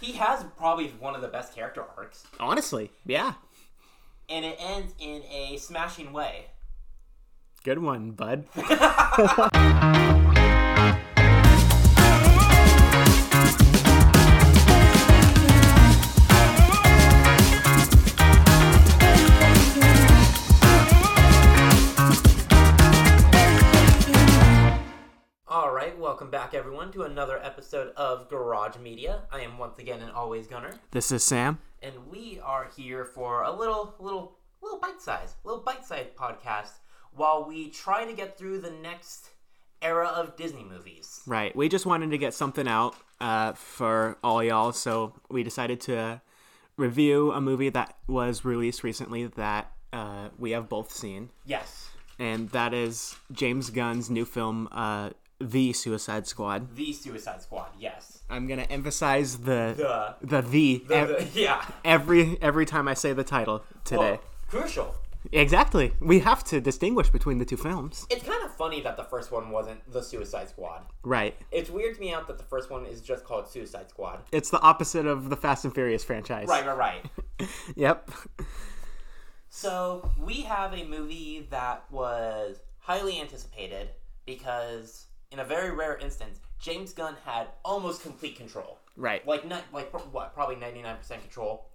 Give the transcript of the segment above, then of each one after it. He has probably one of the best character arcs, Honestly, yeah. and it ends in a smashing way. Good one, bud. All right, welcome back, everyone, to another episode of Garage Media. I am once again and always Gunner, This is Sam. and we are here for a little, little, little bite size, little bite size podcast while we try to get through the next era of Disney movies. Right. We just wanted to get something out uh, for all y'all, so we decided to review a movie that was released recently that uh, we have both seen, Yes, and that is James Gunn's new film, uh, The Suicide Squad. the Suicide Squad. Yes, I'm gonna emphasize the the, the the, ev- the yeah. every every time I say the title today. Well, crucial. Exactly. We have to distinguish between the two films. It's kind of funny that the first one wasn't the Suicide Squad. Right. It's weird to me out that the first one is just called Suicide Squad. It's the opposite of the Fast and Furious franchise. Right, right, right. Yep. So we have a movie that was highly anticipated because, in a very rare instance, James Gunn had almost complete control. Right. Like not like pro- what? Probably ninety nine percent control.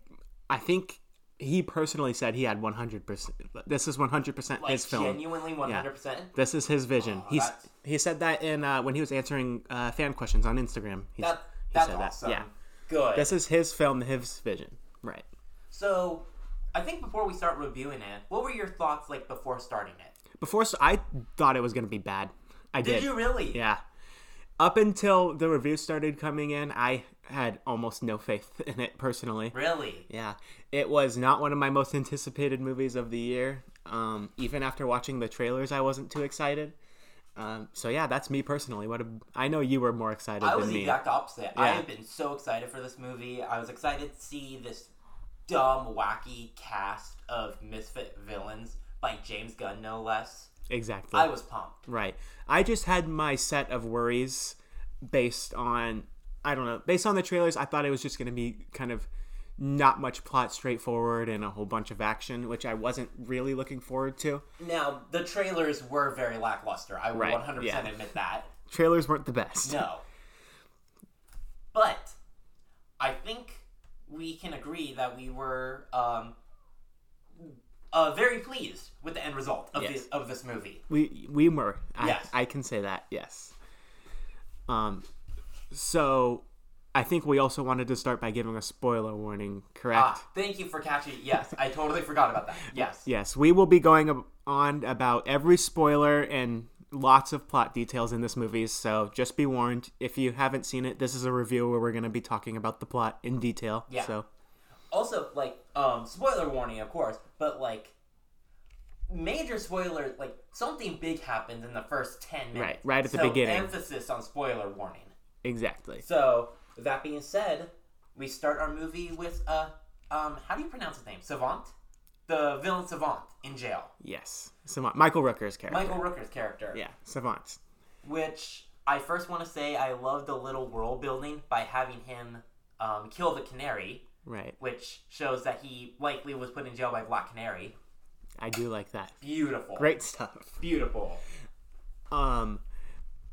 I think he personally said he had 100%. This is 100% Like his film. genuinely one hundred percent. This is his vision. He's that's- he said that in uh, when he was answering uh, fan questions on Instagram. He's, That he that's said that. awesome. Yeah. Good. This is his film, his vision. Right. so, I think before we start reviewing it, what were your thoughts like before starting it? Before so I thought it was going to be bad. I did. Did you really? Yeah. Up until the reviews started coming in, I had almost no faith in it personally. Really? Yeah, it was not one of my most anticipated movies of the year. Um, even after watching the trailers, I wasn't too excited. Um, so yeah, that's me personally. What a, I know you were more excited I than was the me. exact opposite. I Yeah. have been so excited for this movie. I was excited to see this dumb, wacky cast of misfit villains by James Gunn, no less. exactly. I was pumped. Right. I just had my set of worries based on I don't know, based on the trailers, I thought it was just going to be kind of not much plot straightforward and a whole bunch of action, which I wasn't really looking forward to. Now, the trailers were very lackluster. I will Right, 100% yeah. admit that. Trailers weren't the best. No. But I think we can agree that we were um, uh, very pleased with the end result of, Yes. this, of this movie. We we were. I, Yes. I can say that. Yes. Um so I think we also wanted to start by giving a spoiler warning, correct? Ah, thank you for catching. Yes, I totally forgot about that. Yes. Yes, we will be going ab- on about every spoiler and lots of plot details in this movie, so just be warned. If you haven't seen it, this is a review where we're going to be talking about the plot in detail. Yeah. So, also like um spoiler warning of course but like major spoiler like something big happens in the first 10 minutes Right, right at the So, beginning. emphasis on spoiler warning exactly. so that being said we start our movie with uh um how do you pronounce his name savant the villain savant in jail Yes. Savant. Michael Rooker's character. michael rooker's character Yeah, Savant. which i first want to say i love the little world building by having him um, kill the canary Right. which shows that he likely was put in jail by black canary I do like that. beautiful Great stuff. beautiful. Um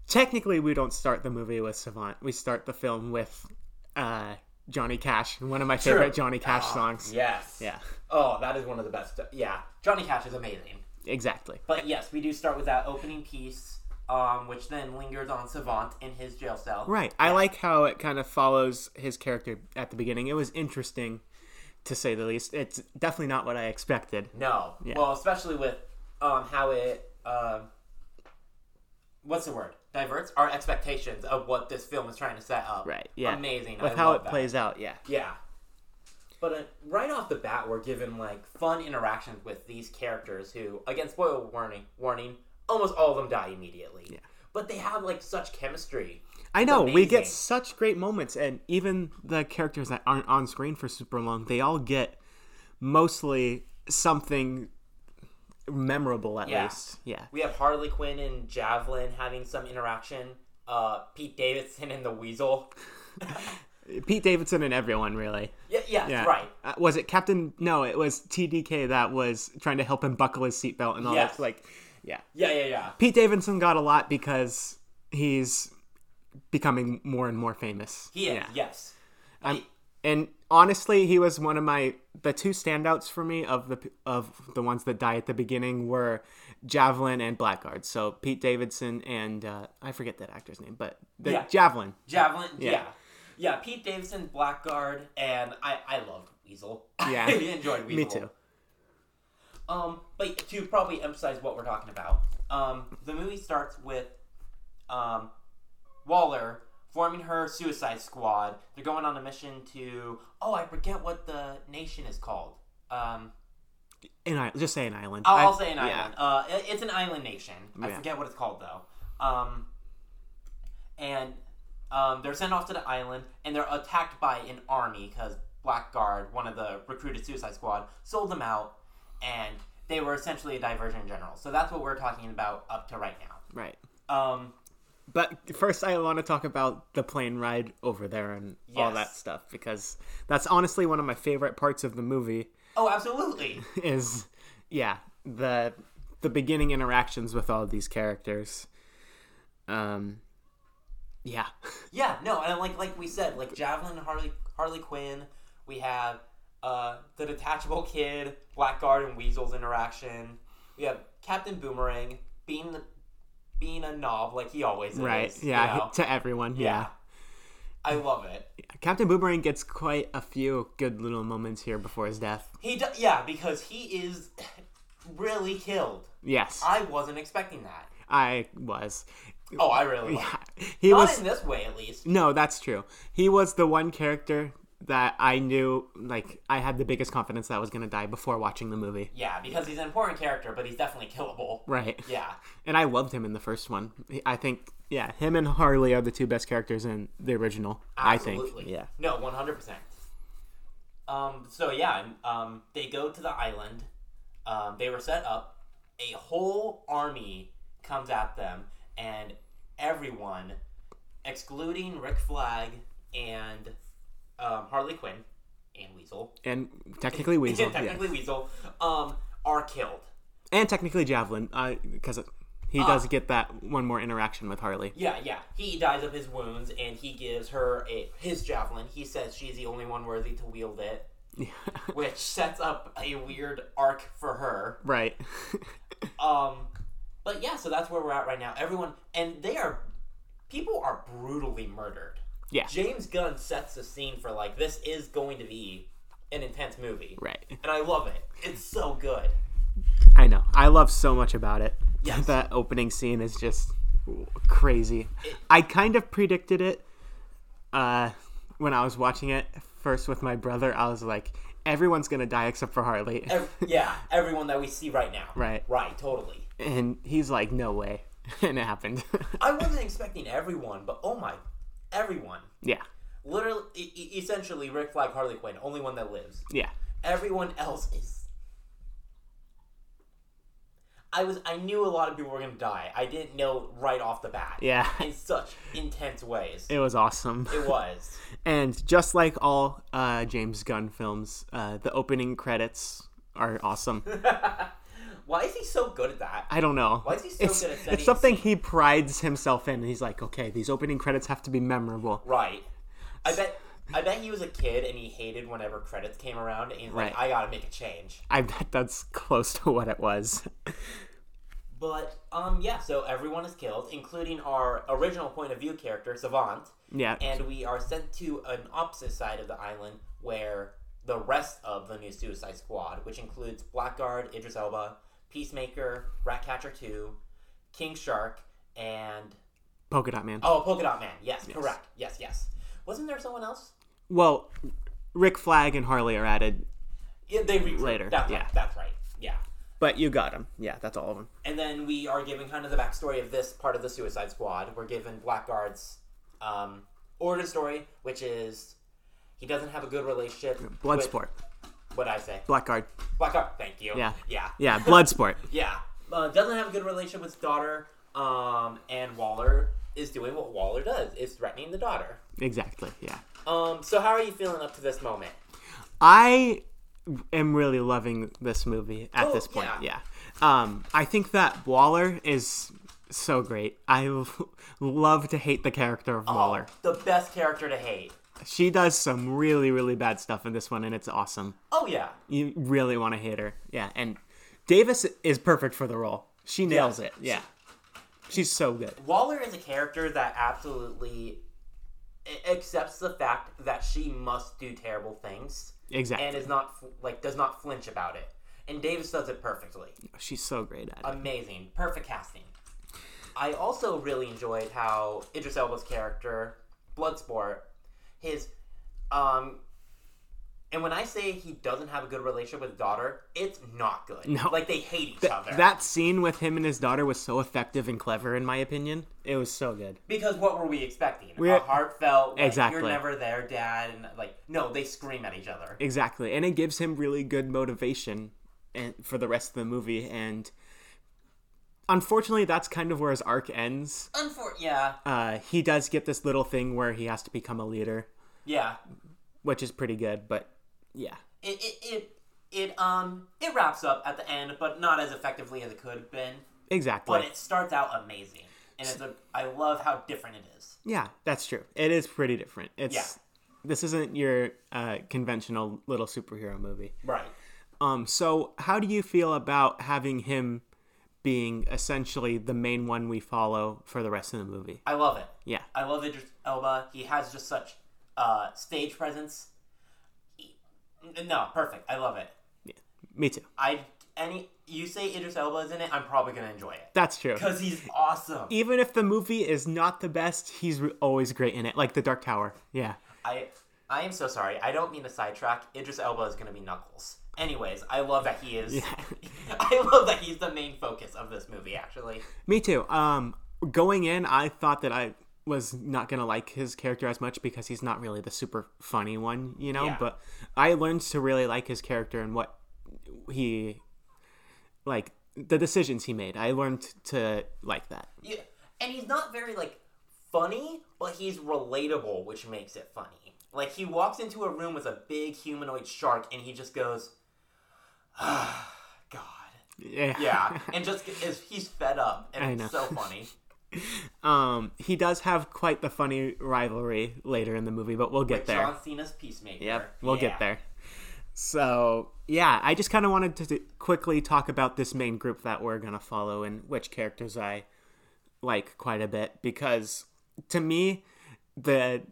technically we don't start the movie with Savant. We start the film with uh Johnny Cash, one of my favorite Johnny Cash Ah, songs. Yes. Yeah. Oh, that is one of the best. Yeah. Johnny Cash is amazing. Exactly. But yes, we do start with that opening piece, um, which then lingers on Savant in his jail cell. Right. I like how it kind of follows his character at the beginning. It was interesting, to say the least. It's definitely not what I expected. No. Well, especially with um, how it. Um, what's the word? Diverts our expectations of what this film is trying to set up. Right. Yeah. Amazing. With I how love it that. plays out. Yeah. Yeah. But uh, right off the bat, we're given like fun interactions with these characters who, again, spoiler warning, warning, almost all of them die immediately. Yeah. But they have like such chemistry. I know we get amazing. such great moments, and even the characters that aren't on screen for super long, they all get mostly something memorable at Yeah. least. Yeah. We have Harley Quinn and Javelin having some interaction. Uh, Pete Davidson and the Weasel. Pete Davidson and everyone really. Yeah, yeah, Yeah. right. Uh, was it Captain? No, it was TDK that was trying to help him buckle his seatbelt and all Yes. that. Like, yeah. Yeah, yeah, yeah. Pete Davidson got a lot because he's becoming more and more famous. He is, Yeah. yes. I'm, and honestly, he was one of my the two standouts for me of the of the ones that die at the beginning were Javelin and Blackguard. So Pete Davidson and uh, I forget that actor's name, but the Yeah. Javelin. Javelin, yeah. yeah. Yeah. Pete Davidson, Blackguard, and I, I loved Weasel. Yeah. I enjoyed Weasel. Me too. Um, but to probably emphasize what we're talking about, um, the movie starts with um, Waller forming her suicide squad. They're going on a mission to oh, I forget what the nation is called. Um, An island. Just say an island. I'll, I- I'll say an yeah. island. Uh, it- it's an island nation. I Yeah. forget what it's called though. Um, and um, they're sent off to the island, and they're attacked by an army because Blackguard, one of the recruited Suicide Squad, sold them out, and they were essentially a diversion general. So that's what we're talking about up to right now. Right. Um, But first, I want to talk about the plane ride over there and all Yes. that stuff because that's honestly one of my favorite parts of the movie. oh, absolutely. Is yeah the the beginning interactions with all of these characters. Um, yeah, Yeah, no, and like like we said, like Javelin and Harley Harley Quinn, we have uh, the detachable kid, Blackguard and Weasel's interaction. We have Captain Boomerang being the being a knob like he always right. is. you Yeah, know? to everyone. Yeah. yeah. I love it. Captain Boomerang gets quite a few good little moments here before his death. He do- yeah, because he is really killed. Yes, I wasn't expecting that. I was. Oh, I really was. He Not was in this way, at least. No, that's true. He was the one character that I knew, like, I had the biggest confidence that I was going to die before watching the movie. Yeah, because he's an important character, but he's definitely killable. Right. Yeah. And I loved him in the first one. He- I think, yeah, him and Harley are the two best characters in the original. I think. Yeah. No, one hundred percent. Um. So yeah. and, Um. They go to the island. Um. They were set up. A whole army comes at them, and everyone, excluding Rick Flag and um, Harley Quinn and Weasel, And technically Weasel. yeah. technically Weasel, um, are killed. And technically Javelin, because he does get that one more interaction with Harley. Ah. Yeah, yeah. He dies of his wounds, and he gives her a his javelin. He says she's the only one worthy to wield it, which sets up a weird arc for her. right. Um, but yeah, so that's where we're at right now. Everyone, and they are people are brutally murdered. yeah. James Gunn sets the scene for like this is going to be an intense movie, Right. and I love it. It's so good. I know. I love so much about it. Yes. that opening scene is just crazy. I kind of predicted it uh, when I was watching it first with my brother. I was like, everyone's gonna die except for Harley, Ev- yeah, everyone that we see right now. Right. Right. Totally. and he's like, no way, and it happened. I wasn't expecting everyone, but oh my, everyone. yeah, literally, e- e- essentially, Rick Flag, Harley Quinn, only one that lives. yeah, Everyone else is. I was. I knew a lot of people were gonna die. I didn't know right off the bat. yeah. In such intense ways. It, It was awesome. was. And just like all uh, James Gunn films, uh, the opening credits are awesome. Why is he so good at that? I don't know. Why is he so it's, good at setting It's something he prides himself in. And he's like, okay, these opening credits have to be memorable. Right. I bet. I bet he was a kid and he hated whenever credits came around. And he's like, Right. I gotta make a change. I bet that's close to what it was. But um, yeah. So everyone is killed, including our original point of view character, Savant. Yeah. and we are sent to an opposite side of the island where the rest of the new Suicide Squad, which includes Blackguard, Idris Elba, Peacemaker, Ratcatcher 2, King Shark, and Polka Dot Man. oh, Polka Dot Man. Yes, correct. Yes, yes. Wasn't there someone else? Well, Rick Flag and Harley are added, Yeah, they recruit. Later, That's yeah. right. That's right. Yeah. but you got them. Yeah, that's all of them. And then we are given kind of the backstory of this part of the Suicide Squad. We're given Blackguard's um, origin story, which is he doesn't have a good relationship. with- Bloodsport, What'd I say? Blackguard. Black Ops. Thank you. Yeah. Yeah. Yeah, Bloodsport. Yeah. Uh, doesn't have a good relationship with his daughter. Um, and Waller is doing what Waller does: is threatening the daughter. exactly. Yeah. Um, so how are you feeling up to this moment? I am really loving this movie at Oh, this point. yeah. Yeah. Um, I think that Waller is so great. I l- love to hate the character of Waller. The best character to hate. She does some really, really bad stuff in this one, and it's awesome. Oh yeah. You really want to hate her. Yeah. And Davis is perfect for the role. She nails it. Yeah. She's so good. Waller is a character that absolutely a- accepts the fact that she must do terrible things Exactly. and is not f- like does not flinch about it. And Davis does it perfectly. She's so great at it. Amazing, perfect casting. I also really enjoyed how Idris Elba's character, Bloodsport, his um and when I say he doesn't have a good relationship with his daughter, it's not good. No. Like they hate each other. That scene with him and his daughter was so effective and clever, in my opinion. It was so good. Because what were we expecting? a We're- heartfelt, like, Exactly. You're never there, Dad, and like no, they scream at each other. Exactly, and it gives him really good motivation and for the rest of the movie. And unfortunately, that's kind of where his arc ends. Unfor- yeah, Uh, he does get this little thing where he has to become a leader, yeah. which is pretty good. But yeah, It, it it it um it wraps up at the end, but not as effectively as it could have been. exactly. But it starts out amazing, and it's a I love how different it is. yeah, that's true. It is pretty different. It's Yeah. this isn't your uh, conventional little superhero movie. Right. Um, so how do you feel about having him being essentially the main one we follow for the rest of the movie? I love it. Yeah. I love Idris Elba. He has just such uh stage presence. He- n- no, perfect. I love it. Me too. I any you say Idris Elba is in it, I'm probably gonna enjoy it. That's true. Because he's awesome. Even if the movie is not the best, he's re- always great in it, like The Dark Tower. Yeah. I I am so sorry. I don't mean to sidetrack. Idris Elba is going to be Knuckles. Anyways, I love that he is. I love that he's the main focus of this movie. Actually, Me too. Um, going in, I thought that I was not gonna like his character as much because he's not really the super funny one, you know. Yeah. But I learned to really like his character and what he like the decisions he made. I learned to like that. yeah. and he's not very like funny, but he's relatable, which makes it funny. Like he walks into a room with a big humanoid shark, and he just goes, "Ah, God, Yeah. yeah," and just is he's fed up, and I it's know. so funny. Um, he does have quite the funny rivalry later in the movie, but we'll get there. John Cena's Peacemaker. Yep, we'll Yeah. get there. So, yeah, I just kind of wanted to t- quickly talk about this main group that we're going to follow and which characters I like quite a bit because to me, the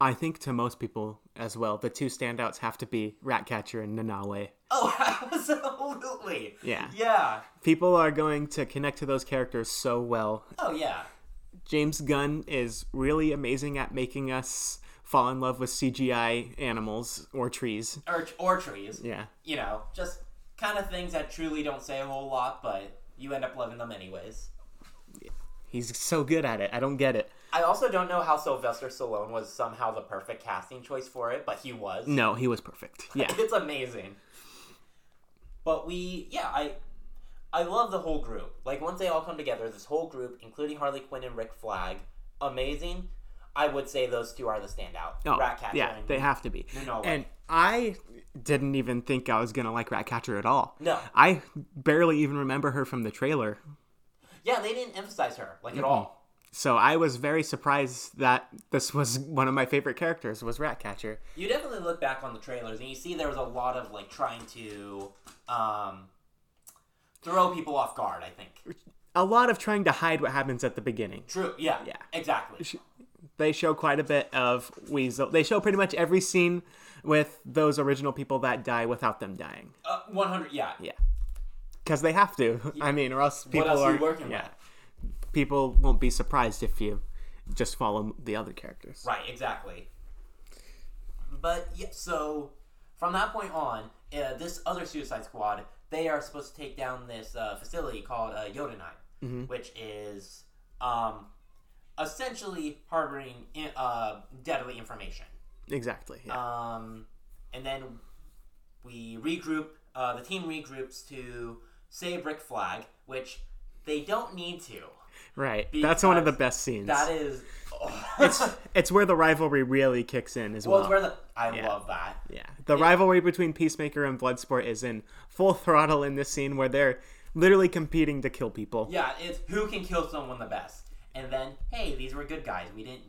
I think to most people as well, the two standouts have to be Ratcatcher and Nanawe. Oh, absolutely. Yeah. Yeah. People are going to connect to those characters so well. Oh yeah. James Gunn is really amazing at making us fall in love with CGI animals or trees. or, or trees. Yeah. You know, just kind of things that truly don't say a whole lot, but you end up loving them anyways. He's so good at it. I don't get it. I also don't know how Sylvester Stallone was somehow the perfect casting choice for it, but he was. No, he was perfect. Yeah. It's amazing. But we, yeah, I, I love the whole group. Like once they all come together, this whole group, including Harley Quinn and Rick Flag, amazing. I would say those two are the standout. Oh, Ratcatcher. Yeah, and- they have to be. no way. and I didn't even think I was gonna like Ratcatcher at all. No. I barely even remember her from the trailer, yeah, they didn't emphasize her like at all. so I was very surprised that this was one of my favorite characters was Ratcatcher. You definitely look back on the trailers and you see there was a lot of like trying to um, throw people off guard. I think. A lot of trying to hide what happens at the beginning. True. Yeah. Yeah. Exactly. They show quite a bit of Weasel. They show pretty much every scene with those original people that die without them dying. Uh, One hundred. Yeah. Yeah, because they have to. I mean, or else people What else are are you working yeah. with? people won't be surprised if you just follow the other characters. Right. Exactly. But yeah. So from that point on, uh, this other Suicide Squad, they are supposed to take down this uh, facility called uh, Yodenheim, which is um, essentially harboring in, uh, deadly information. Exactly. Yeah. Um, and then we regroup. Uh, the team regroups to save Rick Flag, which they don't need to. Right. That's one of the Because best scenes. That is. oh, it's it's where the rivalry really kicks in as well, well. it's where the I love that. yeah. The rivalry between Peacemaker and Bloodsport is in full throttle in this scene where they're literally competing to kill people. Yeah, it's who can kill someone the best, and then hey, these were good guys. We didn't.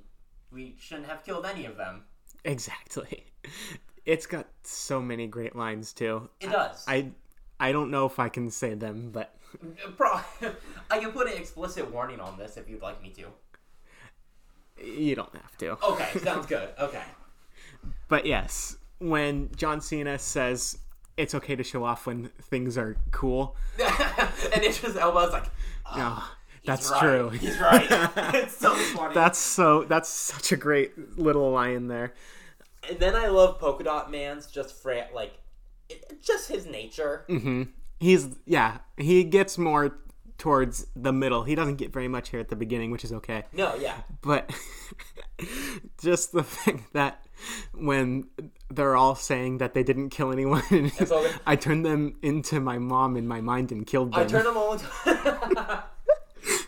We shouldn't have killed any of them. Exactly. It's got so many great lines too. It does. I I don't know if I can say them, but Pro- I can put an explicit warning on this if you'd like me to. you don't have to. Okay, sounds good. Okay. But yes, when John Cena says it's okay to show off when things are cool, and it's just Elba's like, no, that's Ah, "He's right. true. He's right. it's so funny. That's so. That's such a great little line there. and then I love Polka Dot Man's just fra- like, it, just his nature. Mm. He's yeah. He gets more towards the middle. He doesn't get very much here at the beginning, which is okay. No, yeah. But just the thing that when they're all saying that they didn't kill anyone, okay. I turned them into my mom in my mind and killed them. I turn them all into.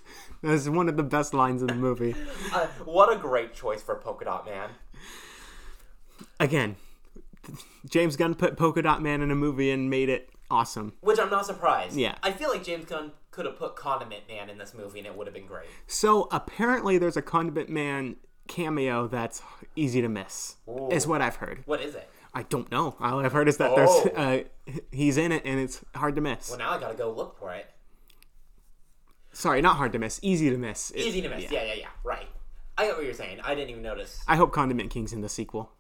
That's one of the best lines in the movie. Uh, what a great choice for Polka Dot Man. Again, James Gunn put Polka Dot Man in a movie and made it awesome. Which I'm not surprised. Yeah. I feel like James Gunn could have put Condiment Man in this movie and it would have been great. So apparently, there's a Condiment Man cameo that's easy to miss, Oh. is what I've heard. What is it? I don't know. All I've heard is that Oh. there's uh, he's in it and it's hard to miss. Well, now I gotta go look for it. Sorry, not hard to miss, easy to miss. It- Easy to miss. Yeah, yeah, yeah. Right. I get what you're saying. I didn't even notice. I hope Condiment King's in the sequel.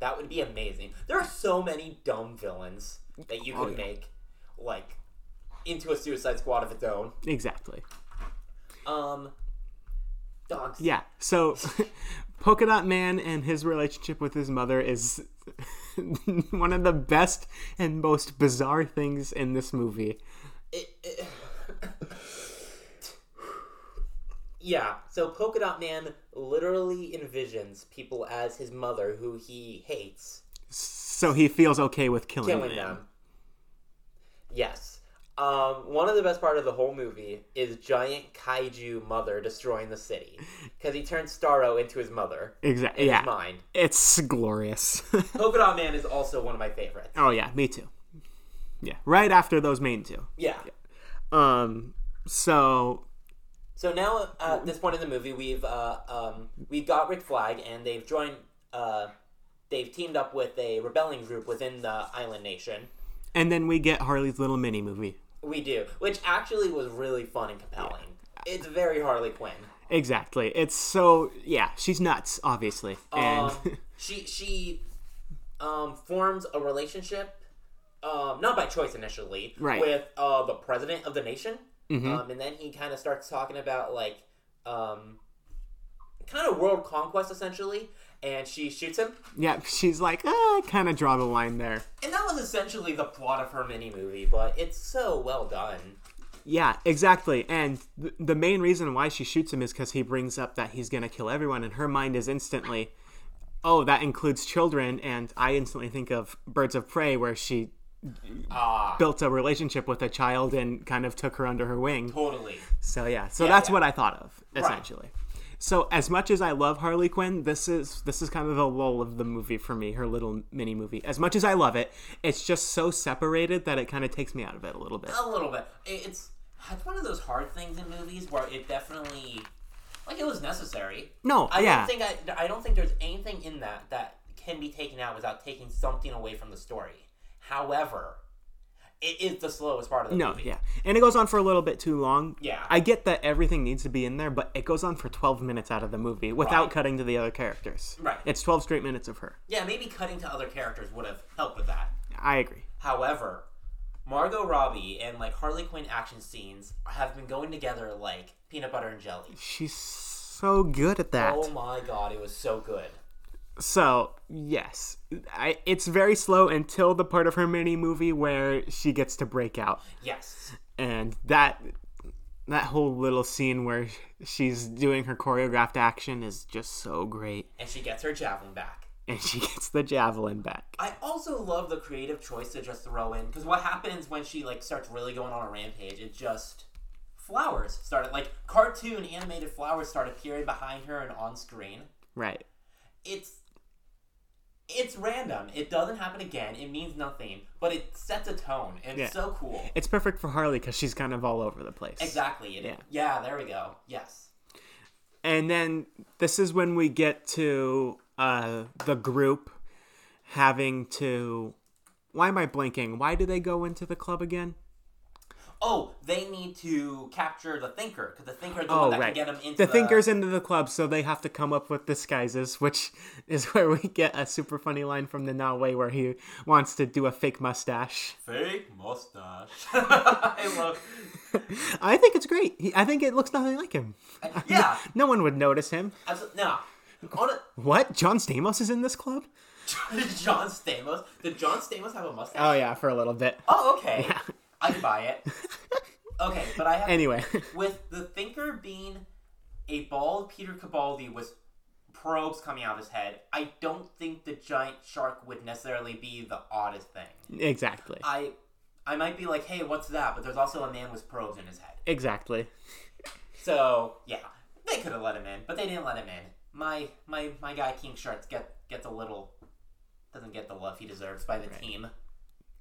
That would be amazing. There are so many dumb villains that you could Oh, make, like, into a Suicide Squad of its own. Exactly. Um, dogs. Yeah. So, Polka Dot Man and his relationship with his mother is one of the best and most bizarre things in this movie. It- it- yeah. So Polka Dot Man literally envisions people as his mother, who he hates, So he feels okay with killing, killing them. them. Yes. Um, one of the best part of the whole movie is giant kaiju mother destroying the city because he turns Starro into his mother. Exactly. in Yeah. his mind. It's glorious. Polka Dot Man is also one of my favorites. oh yeah, me too. Yeah, right after those main two. Yeah. Um, so So now, uh, at this point in the movie, we've uh, um, we've got Rick Flag, and they've joined. Uh, they've teamed up with a rebelling group within the island nation. and then we get Harley's little mini movie. We do, which actually was really fun and compelling. It's very Harley Quinn. Exactly. It's so yeah, she's nuts, obviously, and Um, she she um, forms a relationship, um, not by choice initially, Right. Mm-hmm. with uh, the president of the nation, um, and then he kind of starts talking about like um, kind of world conquest essentially, and she shoots him, yeah, she's like ah, I kind of draw the line there. and that was essentially the plot of her mini movie, but it's so well done. Yeah, exactly. And th- the main reason why she shoots him is because he brings up that he's gonna kill everyone, and her mind is instantly, oh, that includes children, and I instantly think of Birds of Prey, where she Ah, built a relationship with a child and kind of took her under her wing. totally. So yeah, so that's yeah. what I thought of essentially. So as much as I love Harley Quinn, this is this is kind of the lull of the movie for me, her little mini movie. As much as I love it, it's just so separated that it kind of takes me out of it a little bit. A little bit. It- It's it's one of those hard things in movies where it definitely like it was necessary. No, I yeah. don't think I, I don't think there's anything in that that can be taken out without taking something away from the story. However, it is the slowest part of the no, movie. yeah. And it goes on for a little bit too long. Yeah. I get that everything needs to be in there, but it goes on for 12 minutes out of the movie without Right. cutting to the other characters. Right. It's 12 straight minutes of her. Yeah, maybe cutting to other characters would have helped with that. I agree. However, Margot Robbie and like Harley Quinn action scenes have been going together like peanut butter and jelly. She's so good at that. Oh my god, it was so good. So yes, I, it's very slow until the part of her mini movie where she gets to break out, Yes. and that that whole little scene where she's doing her choreographed action is just so great, And she gets her javelin back. and she gets the javelin back. I also love the creative choice to just throw in because what happens when she like starts really going on a rampage? It just flowers started like cartoon animated flowers start appearing behind her and on screen. Right. It's it's random. It doesn't happen again. It means nothing, but it sets a tone. And Yeah. It's so cool. It's perfect for Harley because she's kind of all over the place. Exactly. It, yeah. Yeah. There we go. Yes. And then this is when we get to uh, the group having to. Why am I blinking? Why do they go into the club again? Oh, they need to capture the thinker because the thinker is the one Oh, that right. can get them into the thinkers into the club, so they have to come up with disguises, which is where we get a super funny line from the Nawe where he wants to do a fake mustache. fake mustache. I love. I think it's great. He, I think it looks nothing like him. Yeah. No one would notice him. Absolutely. No. On a, What? John Stamos is in this club? John Stamos. Did John Stamos have a mustache? Oh yeah, for a little bit. Oh, okay. I can buy it. Okay, but I have Anyway, with the thinker being a bald Peter Cabaldi with probes coming out of his head. I don't think the giant shark would necessarily be the oddest thing. exactly, I I might be like, hey, what's that? But there's also a man with probes in his head. exactly. So yeah, they could have let him in, but they didn't let him in. My my my guy King Shark get gets a little doesn't get the love he deserves by the team,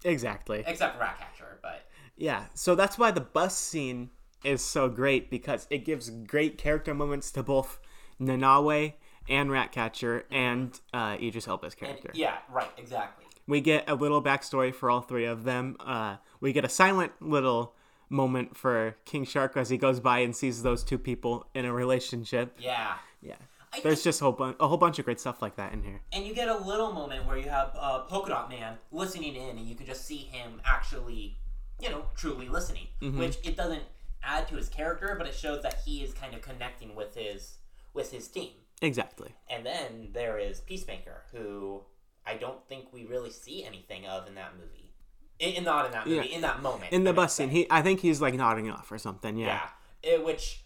Exactly. except for Ratcatcher. But Yeah. So that's why the bus scene is so great because it gives great character moments to both Nanawe and Ratcatcher and uh, Idris Elba's character. yeah, right, exactly. We get a little backstory for all three of them. Uh, we get a silent little moment for King Shark as he goes by and sees those two people in a relationship. Yeah, Yeah. I There's just a whole, bun- a whole bunch of great stuff like that in here. and you get a little moment where you have uh, Polka Dot Man listening in, and you can just see him actually, you know, truly listening, which it doesn't add to his character, but it shows that he is kind of connecting with his with his team. Exactly. And then there is Peacemaker, who I don't think we really see anything of in that movie. In, in- not in that movie, Yeah. in that moment. I In the meant bus to scene, say. he I think he's like nodding off or something. Yeah. yeah. It- which,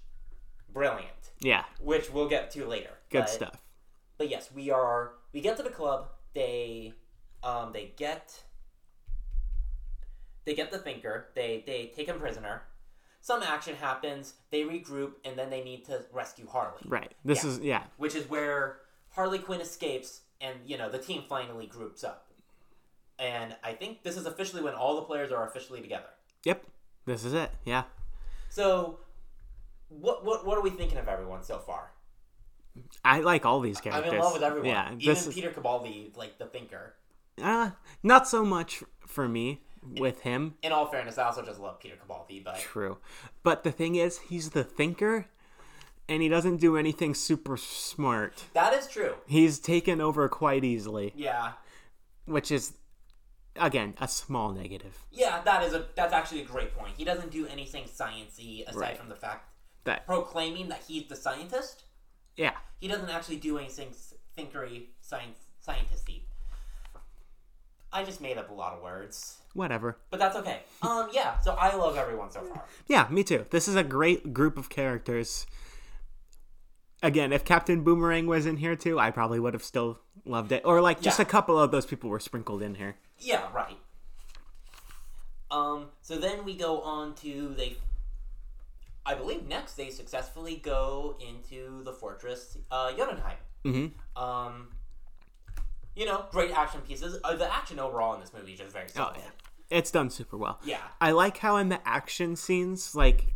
brilliant. Yeah. Which we'll get to later. Good but, stuff. But yes, we are. We get to the club. They, um, they get. They get the thinker. They they take him prisoner. Some action happens. They regroup, and then they need to rescue Harley. Right. This Yeah. is yeah. which is where Harley Quinn escapes, and you know the team finally groups up. And I think this is officially when all the players are officially together. Yep. This is it. Yeah. So, what what what are we thinking of everyone so far? I like all these characters. I'm in love with everyone. Yeah. even This is Peter Cabaldi, like the thinker. uh, not so much for me with him. In all fairness, I also just love Peter Cabaldi, but True. But the thing is, he's the thinker and he doesn't do anything super smart. that is true. He's taken over quite easily, Yeah, which is again a small negative. yeah, that is a that's actually a great point. He doesn't do anything sciency aside Right. from the fact That proclaiming that he's the scientist. yeah. he doesn't actually do anything s- thinkery science scientisty. I just made up a lot of words, Whatever. but that's okay. Um, yeah. So I love everyone so far. Yeah, me too. This is a great group of characters. Again, if Captain Boomerang was in here too, I probably would have still loved it. Or like just Yeah. a couple of those people were sprinkled in here. Yeah, right. Um, so then we go on to they. I believe next they successfully go into the fortress, uh, Jotunheim. Mhm. Um, you know, great action pieces. Uh, the action overall in this movie is just very solid. yeah. It's done super well. yeah. I like how in the action scenes, like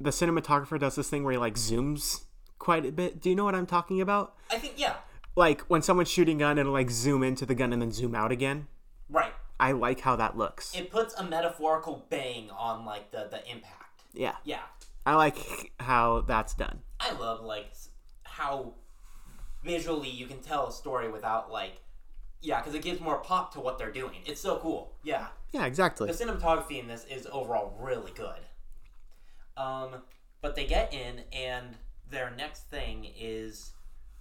the cinematographer does this thing where he like zooms quite a bit. Do you know what I'm talking about? I think yeah, Like when someone's shooting a gun, it'll like zoom into the gun and then zoom out again. right. I like how that looks. it puts a metaphorical bang on like the the impact. yeah. Yeah, I like how that's done. I love like s- how visually you can tell a story without like yeah, because it gives more pop to what they're doing. It's so cool. Yeah, Yeah, exactly. the cinematography in this is overall really good. Um, but they get in, and their next thing is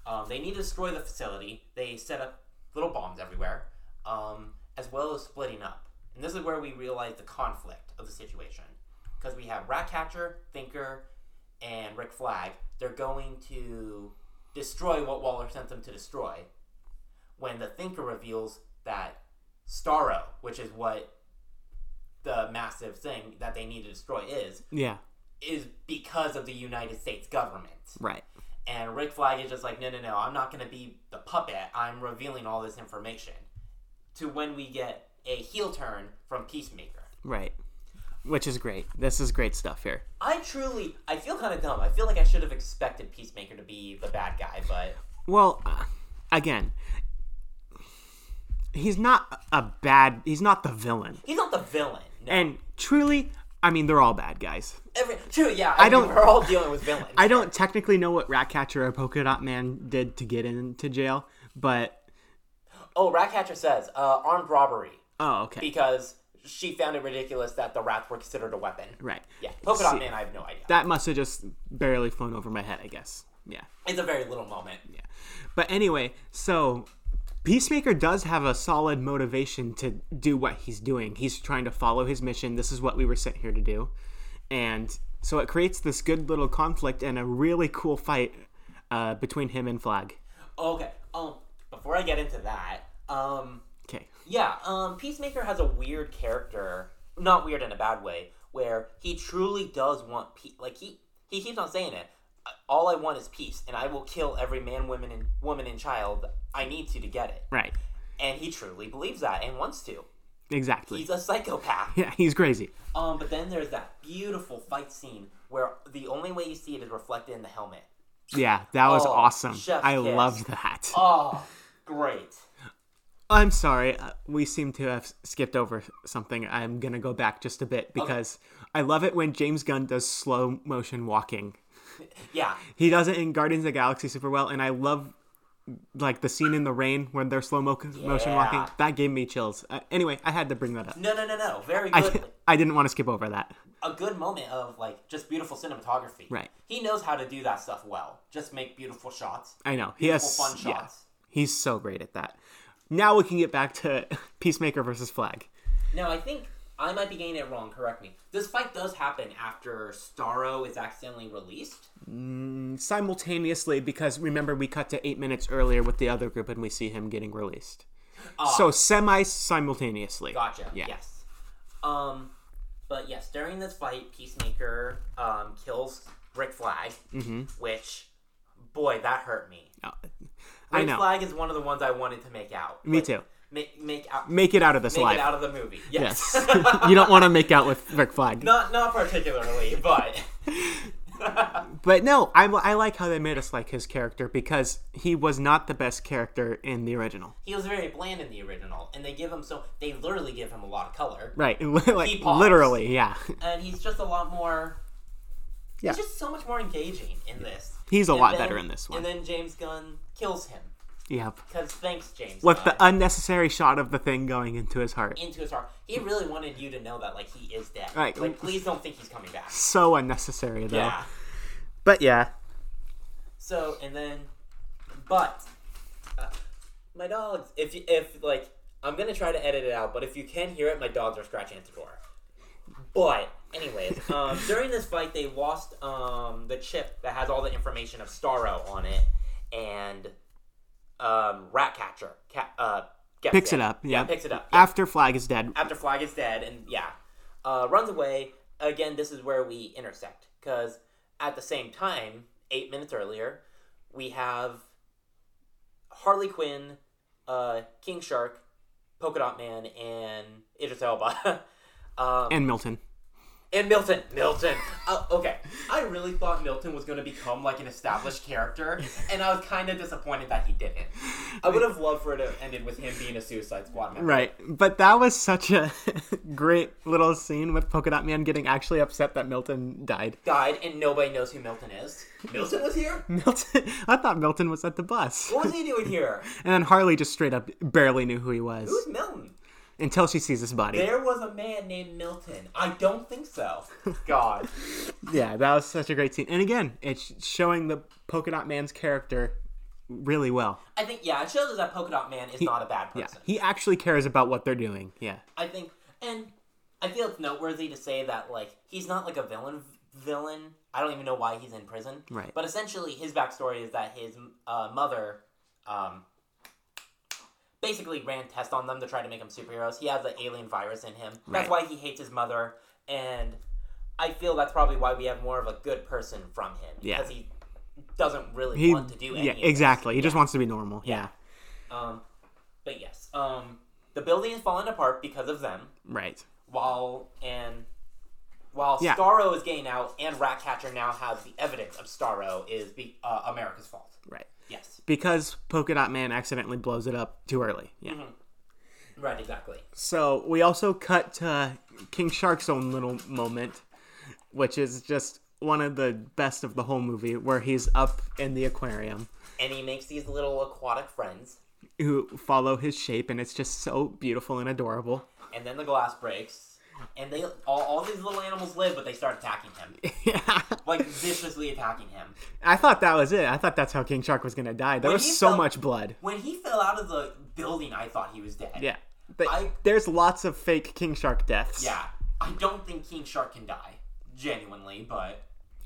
um, they need to destroy the facility. They set up little bombs everywhere, um, as well as splitting up. And this is where we realize the conflict of the situation. Because we have Ratcatcher, Thinker, and Rick Flag. They're going to destroy what Waller sent them to destroy. When the Thinker reveals that Starro, which is what the massive thing that they need to destroy is, Yeah. is because of the United States government. Right. And Rick Flag is just like, no, no, no, I'm not going to be the puppet. I'm revealing all this information. To when we get a heel turn from Peacemaker. Right. Which is great. This is great stuff here. I truly, I feel kind of dumb. I feel like I should have expected Peacemaker to be the bad guy, but Well, uh, again, he's not a bad. He's not the villain. he's not the villain. No. And truly, I mean, they're all bad guys. Every, true, yeah. I, don't- don't. We're all dealing with villains. I don't technically know what Ratcatcher or Polka Dot Man did to get into jail, but oh, Ratcatcher says uh, armed robbery oh, okay, because she found it ridiculous that the rats were considered a weapon. right. Yeah, Polka Dot See. Man. I have no idea. That must have just barely flown over my head, I guess. Yeah. It's a very little moment. But anyway, so Peacemaker does have a solid motivation to do what he's doing. He's trying to follow his mission. This is what we were sent here to do. And so it creates this good little conflict and a really cool fight uh, between him and Flag. Okay. Um, before I get into that, um, Okay. Yeah, um, Peacemaker has a weird character, not weird in a bad way, where he truly does want peace. Like he he keeps on saying it. "Uh, All I want is peace, and I will kill every man, woman, and woman and child I need to to get it. Right. And he truly believes that and wants to. Exactly. He's a psychopath. yeah, he's crazy. Um, but then there's that beautiful fight scene where the only way you see it is reflected in the helmet. Yeah, that was Oh, awesome. chef's I kiss. love that. Ah. Oh, great. I'm sorry, uh, we seem to have skipped over something. I'm gonna go back just a bit because I love it when James Gunn does slow motion walking. Yeah, He does it in Guardians of the Galaxy super well, and I love like the scene in the rain when they're slow mo- motion Yeah. walking. That gave me chills. Uh, anyway, I had to bring that up. no, no, no, no. Very I, good. I didn't want to skip over that. a good moment of like just beautiful cinematography. Right. He knows how to do that stuff well. Just make beautiful shots. I know he has Beautiful fun yeah, shots. he's so great at that. Now we can get back to Peacemaker versus Flag. Now I think I might be getting it wrong. Correct me. This fight does happen after Starro is accidentally released. simultaneously because remember we cut to eight minutes earlier with the other group and we see him getting released. so semi simultaneously. Ah. Gotcha. Yeah. Yes. Um, but yes, during this fight, Peacemaker um, kills Rick Flag, Mm-hmm. which, boy, that hurt me. Uh, I Rick know. Flag is one of the ones I wanted to make out. Me Like, too. Make make out. Make Make it out of this it life. out of the movie. Yes. you don't want to make out with Rick Flag. Not not particularly, but But no, I, I like how they made us like his character because he was not the best character in the original. he was very bland in the original, and they give him so they literally give him a lot of color, Right. like He paused. literally, yeah. and he's just a lot more. Yeah. He's just so much more engaging in this. He's a And lot then- better in this one. And then James Gunn kills him yep. because thanks James. With Gunn, the unnecessary shot of the thing going into his heart. into his heart, he really wanted you to know that like he is dead. Right. Like please don't think he's coming back. So unnecessary though. Yeah. But yeah. So and then, but uh, my dogs. If you- if like I'm gonna try to edit it out, but if you can hear it, my dogs are scratching at the door. But anyways, um, during this fight, they lost um, the chip that has all the information of Starro on it, and um, Ratcatcher ca- uh, gets Picks it up, yeah. picks it up. yeah. After Flag is dead, After Flag is dead, and yeah, uh, runs away. Again, this is where we intersect because at the same time, eight minutes earlier, we have Harley Quinn, uh, King Shark, Polka Dot Man, and Idris Elba. um, and Milton. and Milton. Milton. Uh, okay. I really thought Milton was going to become like an established character, and I was kind of disappointed that he didn't. I would have loved for it to have ended with him being a Suicide Squad member. Right. But that was such a great little scene with Polka Dot Man getting actually upset that Milton died. died and nobody knows who Milton is. Milton was here? Milton, I thought Milton was at the bus. What was he doing here? And then Harley just straight up barely knew who he was Who's Milton? until she sees his body. There was a man named Milton. I don't think so. God. Yeah, that was such a great scene. And again, it's showing the Polka Dot Man's character really well. I think, yeah, it shows us that Polka Dot Man is not a bad person. He actually cares about what they're doing. Yeah. I think, and I feel it's noteworthy to say that, like, he's not like a villain villain. I don't even know why he's in prison. Right. But essentially, his backstory is that his uh, mother um, basically ran tests on them to try to make them superheroes. He has an alien virus in him. That's Right. why he hates his mother. And I feel that's probably why we have more of a good person from him Yeah. because he doesn't really He, want to do any yeah, of this. exactly. He just Yeah. wants to be normal. Yeah, Um, but yes, um, the building is falling apart because of them. right. While and while Yeah. Starro is getting out, and Ratcatcher now has the evidence of Starro is be, uh, America's fault. Right. Yes, Because Polka Dot Man accidentally blows it up too early. Yeah. Mm-hmm. right, exactly. So we also cut to King Shark's own little moment, which is just one of the best of the whole movie, where he's up in the aquarium, And he makes these little aquatic friends, who follow his shape, and it's just so beautiful and adorable. and then the glass breaks, and they all, all these little animals live, but they start attacking him, Yeah. like viciously attacking him. I thought that was it. I thought that's how King Shark was gonna die. There When he was so fell- much blood. When he fell out of the building, I thought he was dead. Yeah. But I- there's lots of fake King Shark deaths. Yeah, I don't think King Shark can die, genuinely, but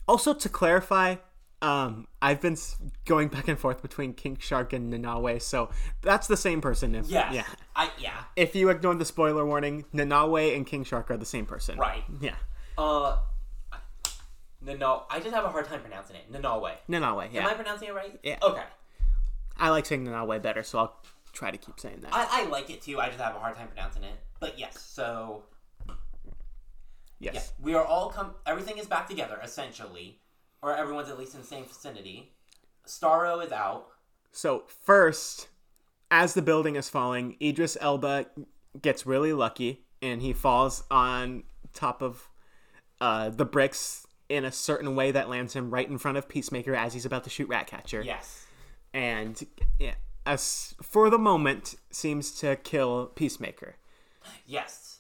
Also, to clarify, um, I've been s- going back and forth between King Shark and Nanawe, so that's the same person. If, yes, Yeah. I yeah, If you ignore the spoiler warning, Nanawe and King Shark are the same person. right. Yeah. Uh, Nanal. I just have a hard time pronouncing it. Nanalwe. Nanawe. Am I Yeah. pronouncing it right? Yeah. Okay. I like saying Nanawe better, so I'll try to keep saying that. I, I like it too. I just have a hard time pronouncing it. But yes, so yes. yeah, we are all come. Everything is back together essentially, or everyone's at least in the same vicinity. Starro is out. So first, as the building is falling, Idris Elba gets really lucky and he falls on top of uh, the bricks in a certain way that lands him right in front of Peacemaker as he's about to shoot Ratcatcher. Yes. And yeah, as for the moment, seems to kill Peacemaker. Yes.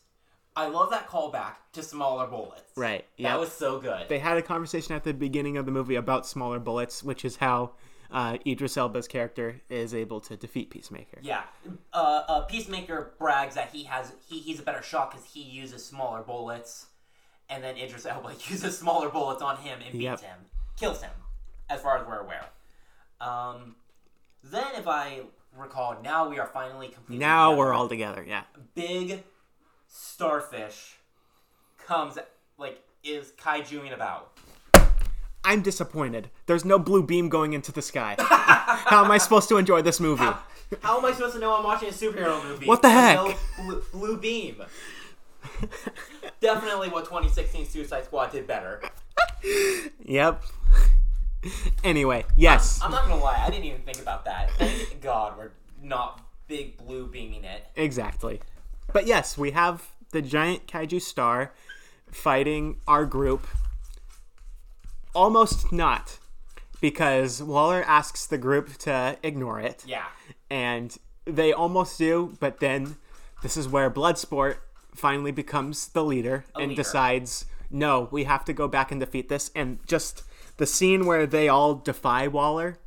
I love that callback to smaller bullets. Right. That Yeah. was so good. they had a conversation at the beginning of the movie about smaller bullets, which is how uh, Idris Elba's character is able to defeat Peacemaker. Yeah, uh, uh, Peacemaker brags that he has he, he's a better shot because he uses smaller bullets, and then Idris Elba uses smaller bullets on him and beats Yep. him, kills him, as far as we're aware. Um, then, if I recall, now we are finally completely Now together. we're all together. Yeah. big starfish comes like is kaijuing about. I'm disappointed. There's no blue beam going into the sky. How am I supposed to enjoy this movie? How am I supposed to know I'm watching a superhero movie? What the There's heck? No blue, blue beam. Definitely what 2016 Suicide Squad did better. Yep. Anyway, yes, I'm not gonna lie, I didn't even think about that. Thank God we're not big blue beaming it. exactly. But yes, we have the giant kaiju star fighting our group. Almost not, because Waller asks the group to ignore it. Yeah. and they almost do, but then this is where Bloodsport finally becomes the leader and leader. decides, no, we have to go back and defeat this. And just the scene where they all defy Waller,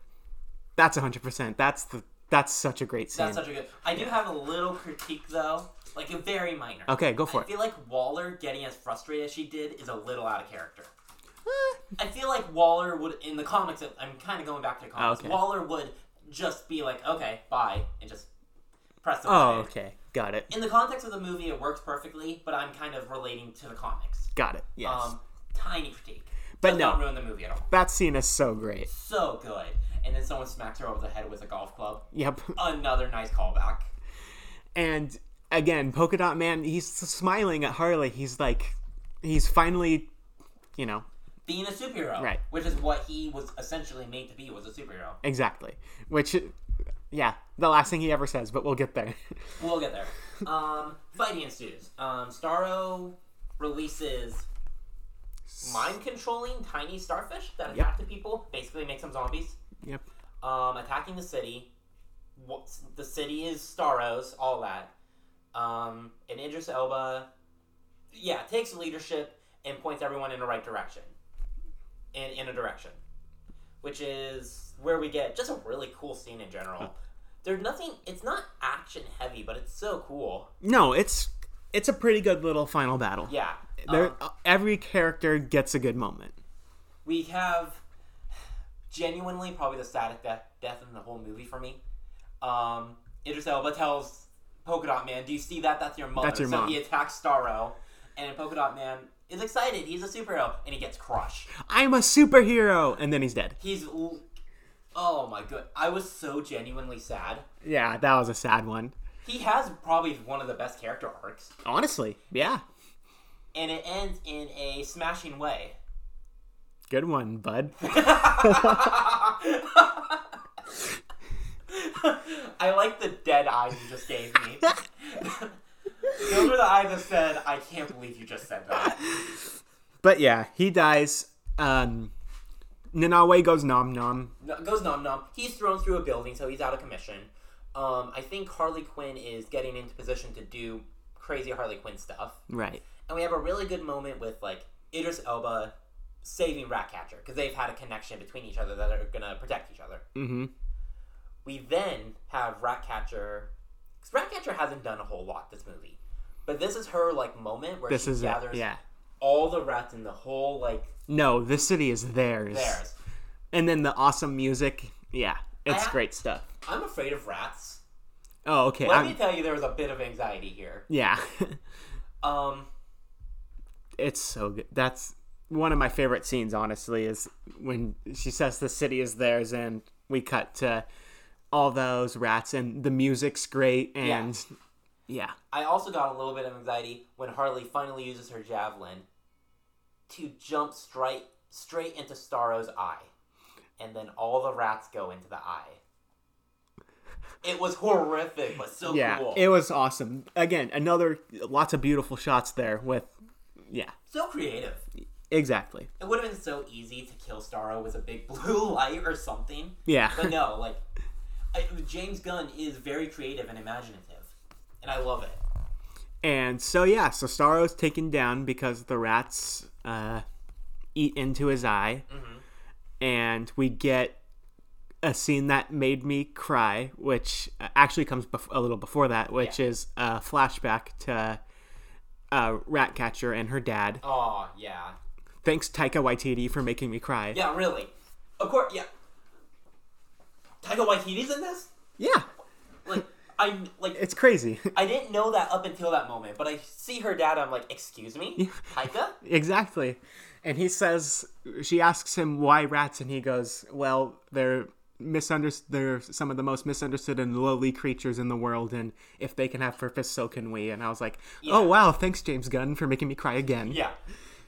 that's 100%. That's the that's such a great scene. That's such a good I do have a little critique though. Like a very minor. okay, go I for it. feel like Waller getting as frustrated as she did is a little out of character. Eh, I feel like Waller would in the comics I'm kinda going back to the comics. Okay. Waller would just be like, Okay, bye and just press the Oh, button. okay. Got it. In the context of the movie it works perfectly, but I'm kind of relating to the comics. Got it. Yes. Um tiny critique. But Does no. not ruin the movie at all. that scene is so great. so good. And then someone smacks her over the head with a golf club. Yep. Another nice callback. And again, Polka Dot Man, he's smiling at Harley. He's like, he's finally, you know, Being a superhero, Right. Which is what he was essentially made to be was a superhero. Exactly. Which, yeah, the last thing he ever says, but we'll get there. We'll get there. Um, fighting ensues. Um, Starro releases mind-controlling tiny starfish that attack the people, basically make some zombies. yep. um, attacking the city. What, the city is Starros, all that. Um, and Idris Elba, yeah, takes leadership and points everyone in the right direction. In, in a direction. Which is where we get just a really cool scene in general. There's nothing, it's not action heavy, but it's so cool. No, it's it's a pretty good little final battle. Yeah. There, Um, every character gets a good moment. we have genuinely probably the saddest death, death in the whole movie for me. Um, Idris Elba tells Polka Dot Man, "Do you see that? That's your mother." That's your so mom. he attacks Starro, and Polka Dot Man is excited. He's a superhero, and he gets crushed. I'm a superhero, and then he's dead. He's. l- Oh my god. I was so genuinely sad. Yeah, that was a sad one. He has probably one of the best character arcs, Honestly, yeah, and it ends in a smashing way. good one, bud. I like the dead eyes you just gave me. Those were the eyes that said, I can't believe you just said that. But yeah, he dies. Um, Nanawe goes nom nom. No- goes nom nom. He's thrown through a building, so he's out of commission. Um, I think Harley Quinn is getting into position to do crazy Harley Quinn stuff, Right. and we have a really good moment with like Idris Elba saving Ratcatcher because they've had a connection between each other that are gonna protect each other. Mm-hmm. We then have Ratcatcher because Ratcatcher hasn't done a whole lot this movie, but this is her like moment where This she is it. gathers Yeah. all the rats in the whole like No, the city is theirs. theirs. And then the awesome music. Yeah, it's Ah. great stuff. I'm afraid of rats. Oh, okay. Let I'm, me tell you, there was a bit of anxiety here. yeah, Um, it's so good. That's one of my favorite scenes, honestly, is when she says the city is theirs, and we cut to all those rats, and the music's great, and yeah, I also got a little bit of anxiety when Harley finally uses her javelin to jump straight straight into Starro's eye, and then all the rats go into the eye. It was horrific, but so yeah, cool. it was awesome. Again, another lots of beautiful shots there with, yeah, so creative. exactly, It would have been so easy to kill Starro with a big blue light or something, yeah, but no. Like I, James Gunn is very creative and imaginative, and I love it. and so yeah, so Starro's taken down because the rats uh, eat into his eye, Mm-hmm. and we get a scene that made me cry, which uh, actually comes bef- a little before that, which is a flashback to uh, Ratcatcher and her dad. Oh yeah, Thanks Taika Waititi for making me cry. yeah, really. Of course, yeah. Taika Waititi's in this. yeah like I like it's crazy. I didn't know that up until that moment, but I see her dad. I'm like, excuse me, Taika. Exactly. And he says, she asks him why rats, and he goes, well, they're misunderstood. They're some of the most misunderstood and lowly creatures in the world, and if they can have purpose, so can we. And I was like, oh wow, thanks James Gunn for making me cry again. Yeah,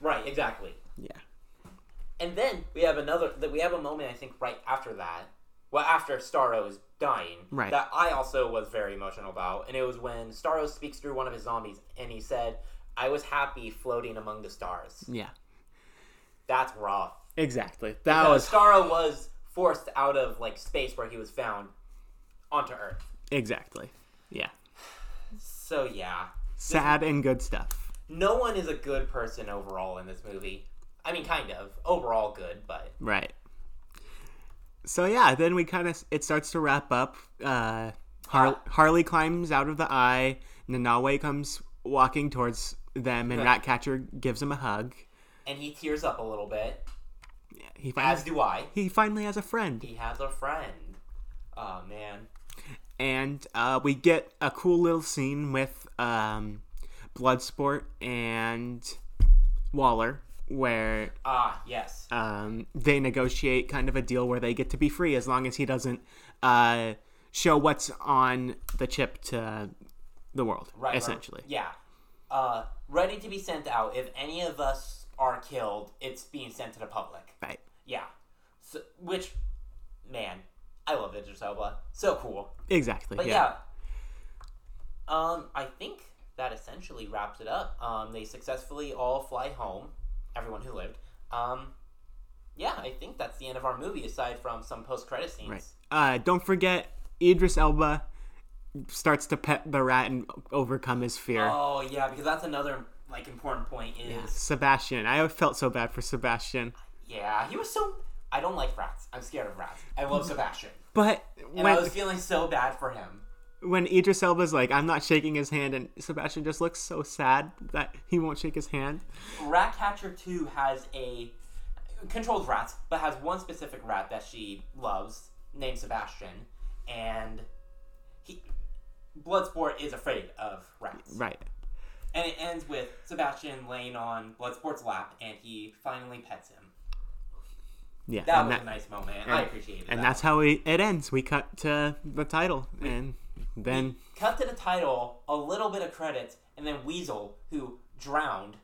right, exactly. Yeah. And then we have another. That we have a moment. I think right after that. Well, after Starro is dying, Right. That I also was very emotional about, and it was when Starro speaks through one of his zombies, and he said, "I was happy floating among the stars." Yeah. That's rough. Exactly. That Because was Starro was forced out of like space where he was found onto Earth. exactly. Yeah. So yeah, Sad and good stuff. no one is a good person overall in this movie. I mean, kind of overall good, but Right. So yeah, then we kind of it starts to wrap up. Uh, Har- Harley climbs out of the eye. Nanawe comes walking towards them, and Ratcatcher gives him a hug. and he tears up a little bit, He as finally, do I. he finally has a friend, He has a friend. Oh man, and uh, we get a cool little scene with um, Bloodsport and Waller, where ah yes, um, they negotiate kind of a deal where they get to be free as long as he doesn't uh, show what's on the chip to the world, right, right. essentially. yeah. Uh, ready to be sent out. If any of us are killed, it's being sent to the public. Right. Yeah, so, which man, I love Idris Elba. So cool. Exactly. But yeah. yeah. Um, I think that essentially wraps it up. Um, they successfully all fly home, everyone who lived. Um, yeah, I think that's the end of our movie, aside from some post-credit scenes. Right. Uh, don't forget, Idris Elba starts to pet the rat and overcome his fear. Oh yeah, because that's another like important point is Sebastian. I felt so bad for Sebastian. yeah. he was so. I don't like rats. I'm scared of rats. I love Sebastian, But and when, I was feeling so bad for him. when Idris Elba's like, I'm not shaking his hand, and Sebastian just looks so sad that he won't shake his hand. Ratcatcher 2 has a controls rats, but has one specific rat that she loves, named Sebastian, and he Bloodsport is afraid of rats. Right. And it ends with Sebastian laying on Bloodsport's lap, and he finally pets him. Yeah, That and was that- a nice moment. and and- I appreciated and that. that's how we, it ends. We cut to the title, and then Cut to the title, a little bit of credits, and then Weasel, who drowned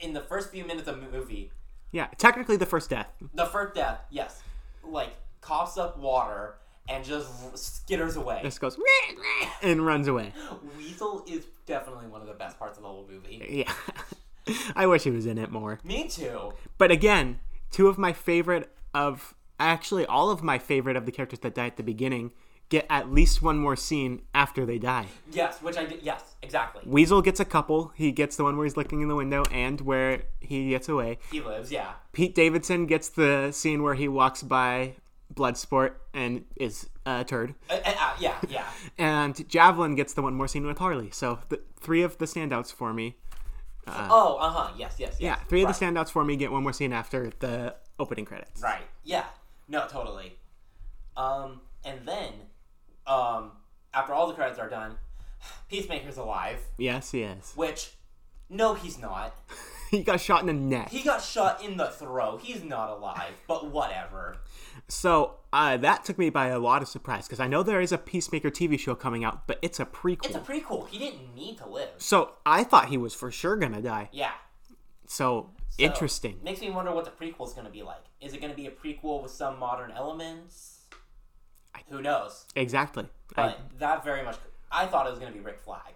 in the first few minutes of the movie, yeah, technically the first death. the first death, yes, like coughs up water and just r- skitters away. Just goes and runs away. Weasel is definitely one of the best parts of the whole movie. Yeah, I wish he was in it more. Me too. But again, two of my favorite of actually all of my favorite of the characters that die at the beginning get at least one more scene after they die. Yes, which I did. Yes, exactly. Weasel gets a couple. He gets the one where he's looking in the window and where he gets away. He lives. Yeah. Pete Davidson gets the scene where he walks by Bloodsport and is a turd. Uh, uh, uh, yeah. Yeah. And Javelin gets the one more scene with Harley. So the three of the standouts for me. oh. Uh huh. Yes. Yes. Yes. Yeah, three of the standouts for me get one more scene after the opening credits. Right. Yeah. No, totally. Um, and then, um, after all the credits are done, Peacemaker's alive, Yes, yes. which, no, he's not. He got shot in the neck. He got shot in the throat. He's not alive, but whatever. So uh, that took me by a lot of surprise because I know there is a Peacemaker TV show coming out, but it's a prequel. It's a prequel. He didn't need to live. so I thought he was for sure gonna die. Yeah. So, So, interesting. Makes me wonder what the prequel's going to be like. Is it going to be a prequel with some modern elements? Who knows? Exactly. I, But that very much. I thought it was going to be Rick Flag.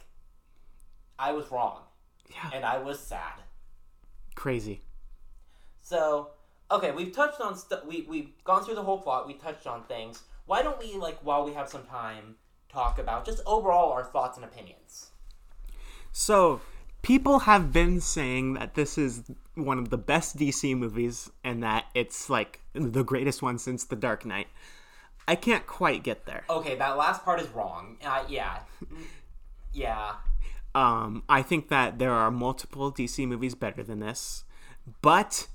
I was wrong, yeah, and I was sad. crazy. So, okay, we've touched on stuff. We we've gone through the whole plot. We touched on things. Why don't we like while we have some time talk about just overall our thoughts and opinions? So, people have been saying that this is one of the best DC movies and that it's like the greatest one since The Dark Knight. I can't quite get there. Okay, that last part is wrong. Uh, yeah, yeah, Um, I think that there are multiple DC movies better than this, but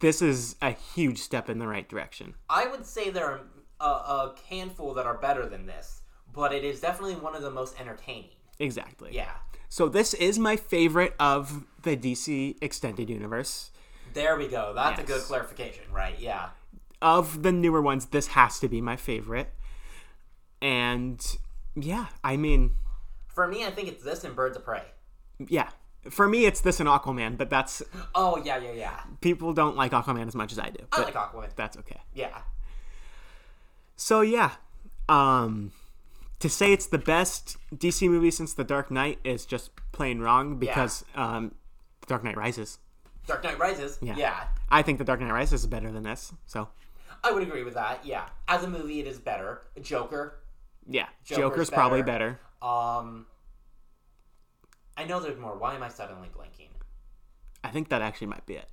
this is a huge step in the right direction. I would say there are a, a handful that are better than this, but it is definitely one of the most entertaining. Exactly. Yeah, So this is my favorite of the DC extended universe. there we go. That's a good Yes. clarification, right? Yeah, Of the newer ones, this has to be my favorite. And yeah, I mean, for me, I think it's this and Birds of Prey. yeah. For me, it's this and Aquaman, but that's Oh yeah, yeah, yeah. people don't like Aquaman as much as I do. I But like Aquaman. that's okay. Yeah. So yeah, um, to say it's the best DC movie since The Dark Knight is just plain wrong because um, The Dark Knight Rises. Dark Knight Rises. yeah. I think The Dark Knight Rises is better than this. So I would agree with that. Yeah, as a movie, it is better. Joker. yeah, Joker's, Joker's probably better. better. Um, I know there's more. Why am I suddenly blinking? I think that actually might be it.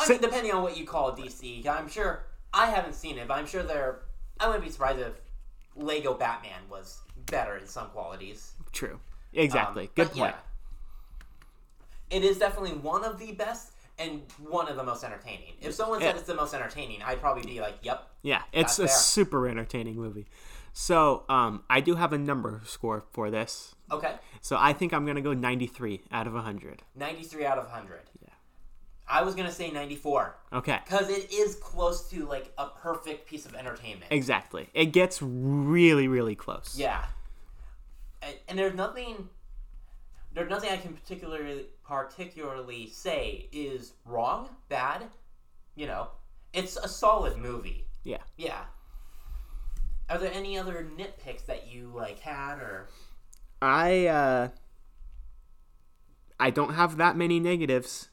I mean, depending on what you call DC, I'm sure I haven't seen it, but I'm sure there. I wouldn't be surprised if Lego Batman was better in some qualities. True. Um, Exactly. Good but point. It is definitely one of the best and one of the most entertaining. If someone said Yeah. it's the most entertaining, I'd probably be like, "Yep, Yeah, it's That's a fair. super entertaining movie. So um, I do have a number score for this. okay." So I think I'm gonna go 93 out of 100. 93 out of 100. Yeah. I was going to say 94 Okay. because it is close to like a perfect piece of entertainment. Exactly. It gets really, really close. yeah. And, and there's nothing there's nothing I can particularly particularly say is wrong, bad, you know. It's a solid movie. Yeah. Yeah. Are there any other nitpicks that you like had or I uh I don't have that many negatives.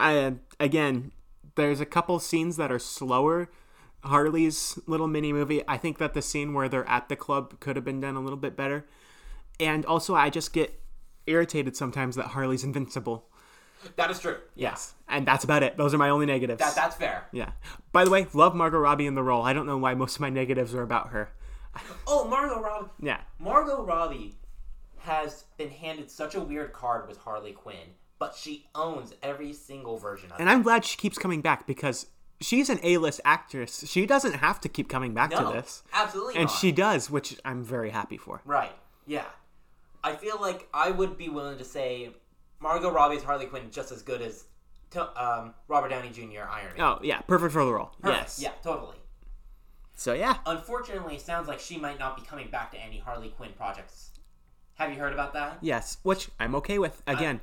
I again, there's a couple scenes that are slower. Harley's little mini movie. I think that the scene where they're at the club could have been done a little bit better. And also I just get irritated sometimes that Harley's invincible. That is true. Yes. And that's about it. Those are my only negatives. That that's fair. yeah. By the way, love Margot Robbie in the role. I don't know why most of my negatives are about her. Oh, Margot Robbie. Yeah. Margot Robbie has been handed such a weird card with Harley Quinn, but she owns every single version of And I'm glad she keeps coming back because she's an A-list actress. She doesn't have to keep coming back it. No, to this. Oh, absolutely And not. she does, which I'm very happy for. right, yeah. I feel like I would be willing to say Margot Robbie's Harley Quinn just as good as to, um, Robert Downey Jr. Iron Man. Oh yeah, perfect for the role. Yes. Yeah, totally. So yeah, Unfortunately, it sounds like she might not be coming back to any Harley Quinn projects. Have you heard about that? yes, which I'm okay with. Uh, Again,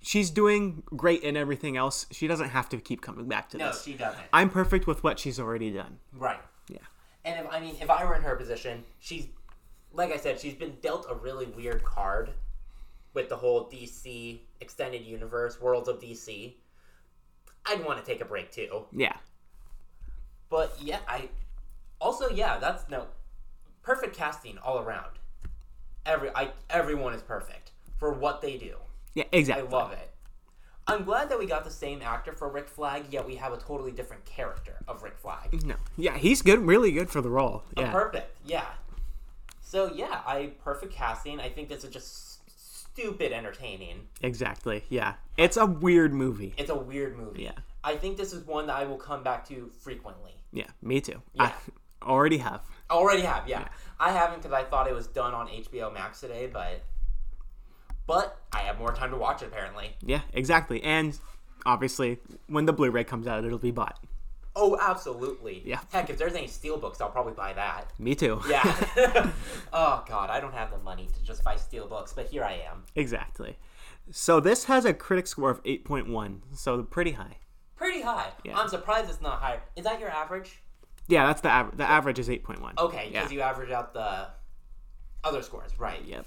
she's doing great in everything else. She doesn't have to keep coming back to No, this. she doesn't. I'm perfect with what she's already done. Right. Yeah. And if I mean, if I were in her position, she's like I said, she's been dealt a really weird card with the whole DC extended universe, worlds of DC. I'd want to take a break too. Yeah. But yeah, I also yeah, that's no perfect casting all around. Every I everyone is perfect for what they do. Yeah, I exactly. love it. I'm glad that we got the same actor for Rick Flag, yet we have a totally different character of Rick Flag. No. Yeah, he's good, really good for the role. Yeah. Perfect. Yeah. So yeah, I perfect casting. I think this is just s- stupid entertaining. exactly. Yeah. It's a weird movie. It's a weird movie. Yeah. I think this is one that I will come back to frequently. Yeah, me too. Yeah. I already have. I already have, yeah. I haven't because I thought it was done on HBO Max today, but but I have more time to watch it apparently. Yeah, exactly. And obviously, when the Blu-ray comes out, it'll be bought. Oh, absolutely. Yeah. Heck, if there's any steelbooks, I'll probably buy that. Me too. Yeah. oh god, I don't have the money to just buy steelbooks, but here I am. exactly. So this has a critic score of 8.1, so pretty high. Pretty high. Yeah. I'm surprised it's not higher. Is that your average? Yeah, that's the average. The average is 8.1. Okay, Yeah. because you average out the other scores, right? Yep.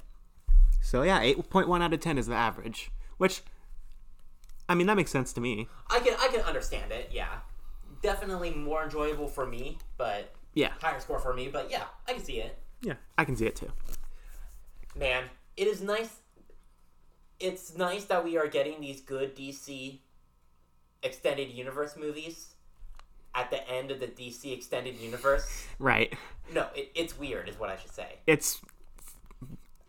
So yeah, 8.1 out of 10 is the average, which I mean, that makes sense to me. I can I can understand it. Yeah, definitely more enjoyable for me, but Yeah. higher score for me. But yeah, I can see it. Yeah, I can see it too. Man, it is nice. It's nice that we are getting these good DC extended universe movies at the end of the DC extended universe. Right. No, it, it's weird, is what I should say. It's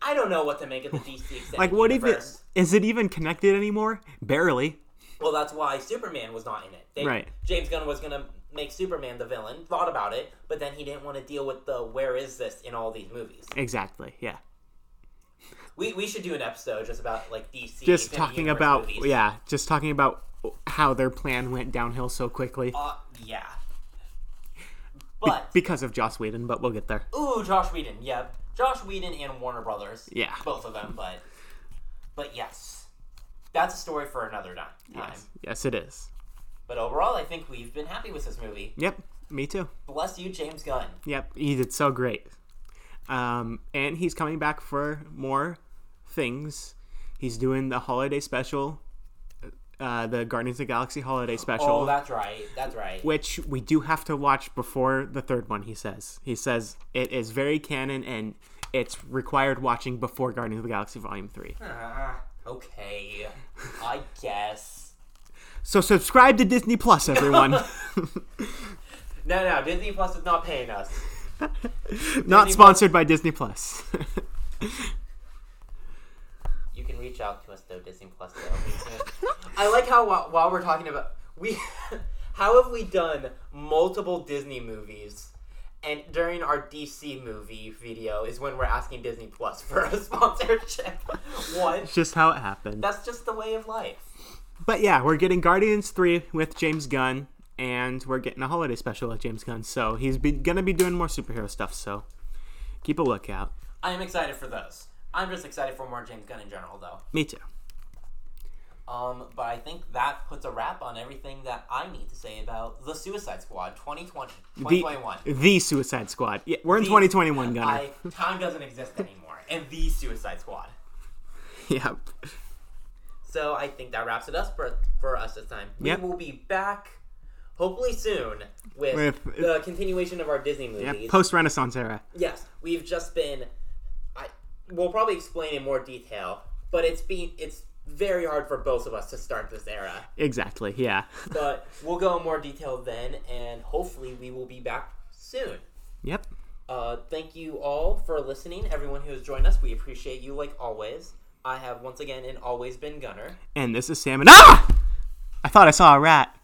I don't know what to make of the DC extended like what if it universe. is it even connected anymore? Barely. Well, that's why Superman was not in it. They, Right. James Gunn was going to make Superman the villain, thought about it, but then he didn't want to deal with the where is this in all these movies. Exactly. Yeah. We, we should do an episode just about like DC. just extended talking universe about movies. yeah, just talking about how their plan went downhill so quickly Uh, yeah. But because of Joss Whedon, but we'll get there. ooh, Josh Whedon. Yep, Josh Whedon and Warner Brothers. Yeah. both of them. But but yes, that's a story for another time. Yes, it is. But overall, I think we've been happy with this movie. Yep, me too. Bless you, James Gunn. Yep, he did so great. Um, and he's coming back for more things. He's doing the holiday special, uh, the Guardians of the Galaxy holiday special, Oh, that's right. That's right. which we do have to watch before the third one. He says he says it is very canon and it's required watching before Guardians of the Galaxy Volume Three. Ah, okay, I guess. So subscribe to Disney Plus, everyone. No, no, Disney Plus is not paying us. Not sponsored by Disney Plus. You can reach out to us though, Disney Plus. Though. I like how while, while we're talking about we, how have we done multiple Disney movies, and during our DC movie video is when we're asking Disney Plus for a sponsorship. what? just how it happened. That's just the way of life. But yeah, we're getting Guardians 3 with James Gunn, and we're getting a holiday special with James Gunn. So he's be- gonna be doing more superhero stuff. So keep a lookout. I am excited for those. I'm just excited for more James Gunn in general, though. Me too. Um, but I think that puts a wrap on everything that I need to say about the Suicide Squad 2020, 2021. The, the Suicide Squad. Yeah, we're in 2021, Gunner. I, time doesn't exist anymore, and the Suicide Squad. Yep. So I think that wraps it up for, for us this time. Yep. We will be back hopefully soon with, With- the continuation of our Disney movies. Yep. Post Renaissance era. yes, we've just been. I we'll probably explain in more detail, but it's been it's very hard for both of us to start this era. Exactly. Yeah. but we'll go in more detail then, and hopefully we will be back soon. Yep. Uh, thank you all for listening, everyone who has joined us. We appreciate you like always. I have once again and always been Gunner. And this is Salmon. Ah! I thought I saw a rat.